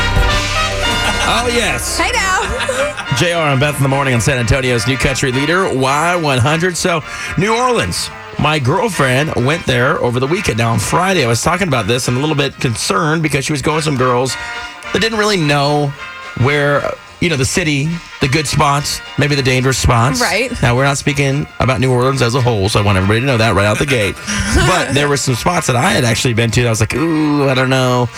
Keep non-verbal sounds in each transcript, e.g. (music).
Oh, WS. Hey (laughs) now. JR and Beth in the morning on San Antonio's new country leader, Y100. So, New Orleans. My girlfriend went there over the weekend. Now, on Friday, I was talking about this and a little bit concerned because she was going with some girls that didn't really know where, you know, the city, the good spots, maybe the dangerous spots. Right. Now, we're not speaking about New Orleans as a whole, so I want everybody to know that right out the (laughs) gate. but there were some spots that I had actually been to that I was like, ooh, I don't know.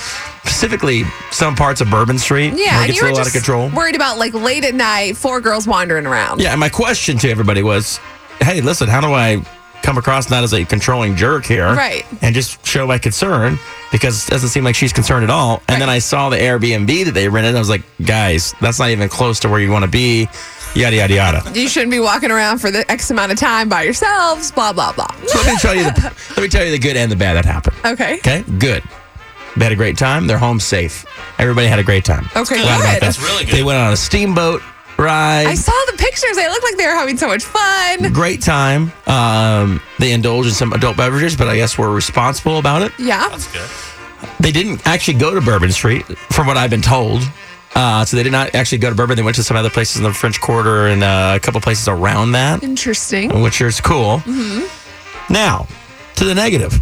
Specifically, some parts of Bourbon Street. where it Yeah, and gets you a were little out just of control. worried about like late at night, four girls wandering around. Yeah, and my question to everybody was, hey, listen, how do I come across not as a controlling jerk here? Right. And just show my concern because it doesn't seem like she's concerned at all. And then I saw the Airbnb that they rented. And I was like, guys, that's not even close to where you want to be. Yada, yada, yada. You shouldn't be walking around for the X amount of time by yourselves, blah, blah, blah. So let me tell you (laughs) the let me tell you the good and the bad that happened. Okay. Okay, good. They had a great time. They're home safe. Everybody had a great time. Okay, Glad about good. that. That's really good. They went on a steamboat ride. I saw the pictures. They looked like they were having so much fun. great time. Um, they indulge in some adult beverages, but I guess we're responsible about it. Yeah. That's good. They didn't actually go to Bourbon Street, from what I've been told. Uh, so they did not actually go to Bourbon. They went to some other places in the French Quarter and uh, a couple places around that, Interesting. which is cool. Now, to the negative.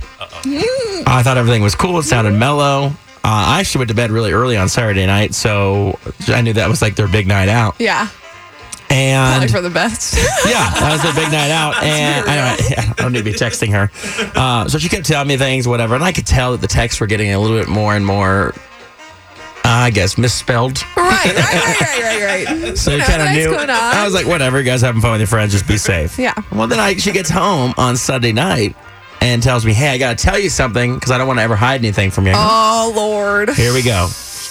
I thought everything was cool. It sounded mellow. Uh, I actually went to bed really early on Saturday night, so I knew that was like their big night out. Yeah. And Probably for the best. (laughs) yeah, that was a big night (laughs) out, and I don't, yeah, I don't need to be texting her. Uh, so she kept telling me things, whatever, and I could tell that the texts were getting a little bit more and more, I guess, misspelled. right, right, right, right, right, right. So you know, kind of that's knew. going on. I was like, whatever, you guys having fun with your friends, just be (laughs) safe. Yeah. Well, then I, she gets home on Sunday night and tells me, hey, I got to tell you something because I don't want to ever hide anything from you. Oh, Lord. Here we go.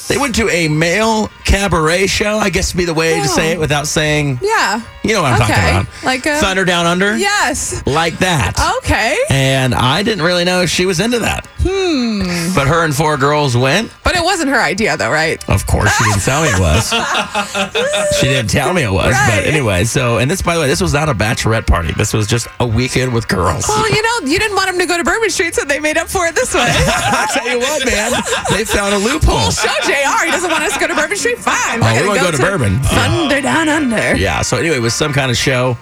They went to a male cabaret show, I guess would be the way to say it without saying, Yeah. you know what I'm Oh. Okay. talking about. Like a- Oh, Thunder Down Under? Yes. Like that. Okay. And I didn't really know she was into that. Hmm. But her and four girls went. But it wasn't her idea, though, right? Of course, she didn't tell me it (laughs) was. she didn't tell me it was. Right. But anyway, so, and this, by the way, this was not a bachelorette party. This was just a weekend with girls. Well, you know, you didn't want them to go to Bourbon Street, so they made up for it this (laughs) way. I tell you what, man, they found a Well, loophole. show JR. He doesn't want us to go to Bourbon Street. Fine. Oh, we gonna wanna go to Bourbon. Thunder Down Under. Yeah. So, anyway, it was some kind of show.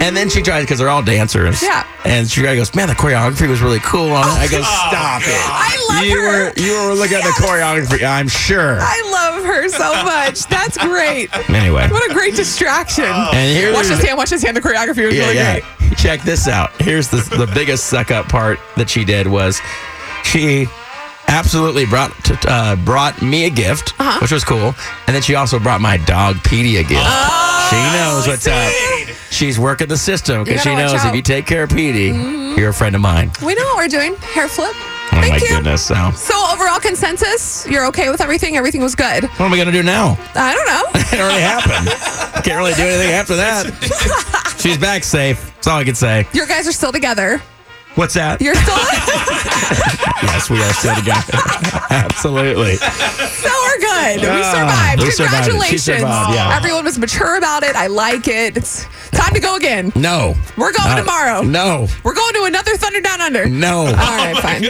And then she tried, because they're all dancers. Yeah. Oh, And she goes, man, the choreography was really cool. on it." I go, stop it. I love You her. were, you were looking at the choreography, I'm sure. I love her so much. That's great. Anyway. What a great distraction. And here watch was- this hand. Watch this hand. The choreography was Oh. Yeah, really yeah. (laughs) great. Check this out. Here's the the biggest suck up part that she did was she absolutely brought t- uh, brought me a gift, Uh-huh. which was cool, and then she also brought my dog Petey a gift. Uh-huh. she Oh, knows what's up. She's working the system You because gotta she watch knows if out. you take care of Petey, you're a friend of mine. We know what we're doing. Hair flip. Oh Thank my you. goodness! So what So overall consensus, you're okay with everything. Everything was good. am I gonna do now? (laughs) I don't know. It already (laughs) happened. Can't really do anything after that. She's back safe. That's all I can say. Your guys are still together. What's that? You're still. (laughs) yes, we are still together. (laughs) Absolutely. so we're good. We Ah, survived. we survived it. She Congratulations. survived, yeah. Everyone was mature about it. I like it. It's time to go again. No. We're going Uh, tomorrow. No. We're going to another Thunder Down Under. No. (laughs) All right, fine.